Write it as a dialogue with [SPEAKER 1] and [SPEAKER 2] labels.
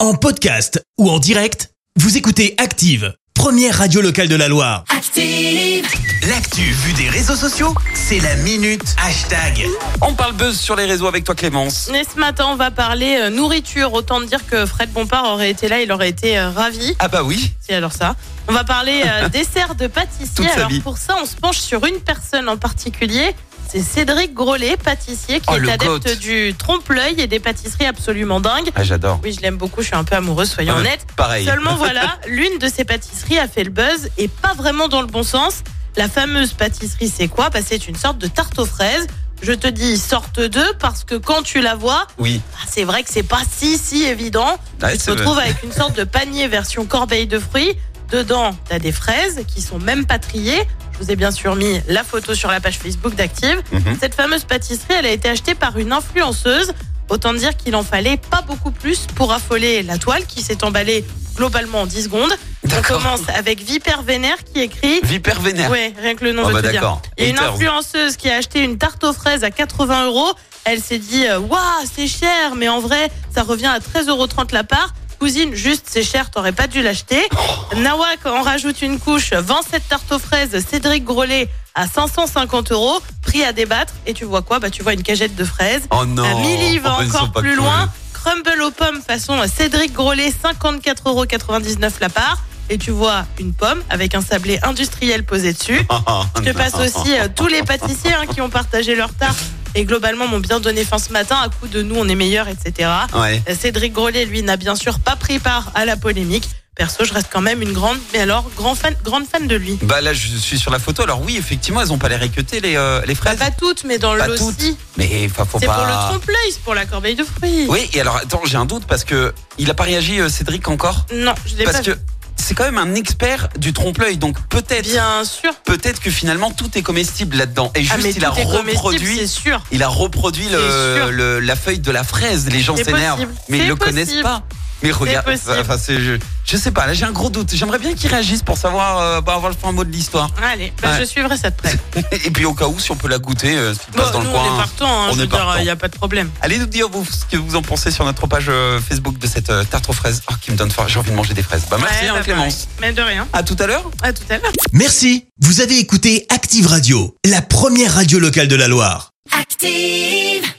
[SPEAKER 1] En podcast ou en direct, vous écoutez Active, première radio locale de la Loire.
[SPEAKER 2] Active.
[SPEAKER 3] L'actu vue des réseaux sociaux, c'est la minute hashtag.
[SPEAKER 4] On parle buzz sur les réseaux avec toi Clémence.
[SPEAKER 5] Et ce matin, on va parler euh, nourriture. Autant dire que Fred Bompard aurait été là, il aurait été euh, ravi.
[SPEAKER 4] Ah bah oui,
[SPEAKER 5] C'est alors ça. On va parler euh, dessert de
[SPEAKER 4] Toute
[SPEAKER 5] pâtissier.
[SPEAKER 4] sa
[SPEAKER 5] Alors
[SPEAKER 4] vie.
[SPEAKER 5] pour ça, on se penche sur une personne en particulier. C'est Cédric Grolet, pâtissier, qui
[SPEAKER 4] Oh, le
[SPEAKER 5] est adepte
[SPEAKER 4] goat.
[SPEAKER 5] du trompe-l'œil et des pâtisseries absolument dingues.
[SPEAKER 4] ah j'adore.
[SPEAKER 5] Oui, je l'aime beaucoup, je suis un peu amoureuse, soyons
[SPEAKER 4] Ouais.
[SPEAKER 5] honnêtes.
[SPEAKER 4] Pareil.
[SPEAKER 5] Seulement voilà, l'une de ces pâtisseries a fait le buzz et pas vraiment dans le bon sens. La fameuse pâtisserie, c'est quoi bah, C'est une sorte de tarte aux fraises. Je te dis sorte d'eux parce que quand tu la vois,
[SPEAKER 4] Oui.
[SPEAKER 5] ah, c'est vrai que c'est pas si si évident.
[SPEAKER 4] Ouais,
[SPEAKER 5] tu te
[SPEAKER 4] c'est vrai.
[SPEAKER 5] retrouves avec une sorte de panier version corbeille de fruits. Dedans, t'as des fraises qui sont même pas triées. Je vous ai bien sûr mis la photo sur la page Facebook d'Active.
[SPEAKER 4] Mhm.
[SPEAKER 5] Cette fameuse pâtisserie, elle a été achetée par une influenceuse. Autant dire qu'il en fallait pas beaucoup plus pour affoler la toile qui s'est emballée globalement en 10 secondes. On
[SPEAKER 4] D'accord.
[SPEAKER 5] commence avec Vipère Vénère qui écrit
[SPEAKER 4] Vipère vénère.
[SPEAKER 5] Ouais, rien que le nom,
[SPEAKER 4] Ah
[SPEAKER 5] je
[SPEAKER 4] bah
[SPEAKER 5] te dis.
[SPEAKER 4] d'accord.
[SPEAKER 5] Il y a une
[SPEAKER 4] Haters.
[SPEAKER 5] influenceuse qui a acheté une tarte aux fraises à 80 euros. Elle s'est dit, euh, waouh, c'est cher, mais en vrai, ça revient à 13,30 euros la part. Cousine, juste, c'est cher, t'aurais pas dû l'acheter.
[SPEAKER 4] Oh.
[SPEAKER 5] Nawak en rajoute une couche, vend cette tarte aux fraises, Cédric Grolet à 550 euros, prix à débattre. Et tu vois quoi Bah, tu vois une cagette de fraises.
[SPEAKER 4] Oh non.
[SPEAKER 5] À Milly va
[SPEAKER 4] Oh, ils sont
[SPEAKER 5] encore
[SPEAKER 4] pas
[SPEAKER 5] plus
[SPEAKER 4] cool.
[SPEAKER 5] loin. Crumble aux pommes façon euh, Cédric Grolet, 54,99€ la part. Et tu vois une pomme avec un sablé industriel posé dessus.
[SPEAKER 4] Ah, ah,
[SPEAKER 5] Je te
[SPEAKER 4] non.
[SPEAKER 5] passe aussi euh, tous les pâtissiers hein, qui ont partagé leur tarte et globalement m'ont bien donné fin ce matin à coup de nous on est meilleurs, etc.
[SPEAKER 4] Ouais.
[SPEAKER 5] Euh, Cédric Grolet, lui, n'a bien sûr pas pris part à la polémique. Perso, je reste quand même une grande, mais alors, grand fan, grande fan de lui.
[SPEAKER 4] Bah là je suis sur la photo. Alors oui effectivement elles ont pas l'air équeutées les euh, les fraises.
[SPEAKER 5] Pas toutes, mais dans le
[SPEAKER 4] Pas
[SPEAKER 5] lot
[SPEAKER 4] toutes.
[SPEAKER 5] si.
[SPEAKER 4] Mais enfin faut
[SPEAKER 5] C'est
[SPEAKER 4] pas.
[SPEAKER 5] pour le trompe-l'œil, c'est pour la corbeille de fruits.
[SPEAKER 4] Oui et alors attends j'ai un doute parce que il a pas réagi euh, Cédric encore
[SPEAKER 5] Non, je l'ai pas
[SPEAKER 4] parce que c'est quand même un expert du trompe-l'œil donc peut-être
[SPEAKER 5] Bien sûr.
[SPEAKER 4] peut-être que finalement tout est comestible là-dedans et juste
[SPEAKER 5] ah, mais
[SPEAKER 4] il a
[SPEAKER 5] tout est comestible,
[SPEAKER 4] reproduit
[SPEAKER 5] c'est sûr.
[SPEAKER 4] Il a reproduit
[SPEAKER 5] C'est
[SPEAKER 4] le,
[SPEAKER 5] sûr.
[SPEAKER 4] le- la feuille de la fraise. Les gens
[SPEAKER 5] C'est
[SPEAKER 4] s'énervent,
[SPEAKER 5] possible.
[SPEAKER 4] mais ils
[SPEAKER 5] C'est
[SPEAKER 4] le
[SPEAKER 5] possible.
[SPEAKER 4] connaissent pas. Mais regarde,
[SPEAKER 5] possible.
[SPEAKER 4] enfin, c'est- je, je sais pas. Là, j'ai un gros doute. J'aimerais bien qu'ils réagissent pour savoir, euh, bah, avoir le fin mot de l'histoire.
[SPEAKER 5] Allez, bah,
[SPEAKER 4] Ouais.
[SPEAKER 5] je suivrai ça de près.
[SPEAKER 4] Et puis au cas où, si on peut la goûter, euh, ce qui
[SPEAKER 5] Bon,
[SPEAKER 4] passe dans
[SPEAKER 5] nous,
[SPEAKER 4] le
[SPEAKER 5] on est
[SPEAKER 4] coin.
[SPEAKER 5] partant, hein,
[SPEAKER 4] On
[SPEAKER 5] je
[SPEAKER 4] est
[SPEAKER 5] veux dire,
[SPEAKER 4] partant.
[SPEAKER 5] il n'y a pas de problème.
[SPEAKER 4] Allez nous dire vous ce que vous en pensez sur notre page euh, Facebook de cette euh, tarte aux fraises. Ah, qui me donne faim. J'ai envie de manger des fraises. Bah merci
[SPEAKER 5] Ouais,
[SPEAKER 4] hein,
[SPEAKER 5] bah,
[SPEAKER 4] Clémence.
[SPEAKER 5] pareil. Mais de rien.
[SPEAKER 4] À tout à l'heure.
[SPEAKER 5] À tout à l'heure.
[SPEAKER 1] Merci, vous avez écouté Active Radio, la première radio locale de la Loire.
[SPEAKER 2] Active.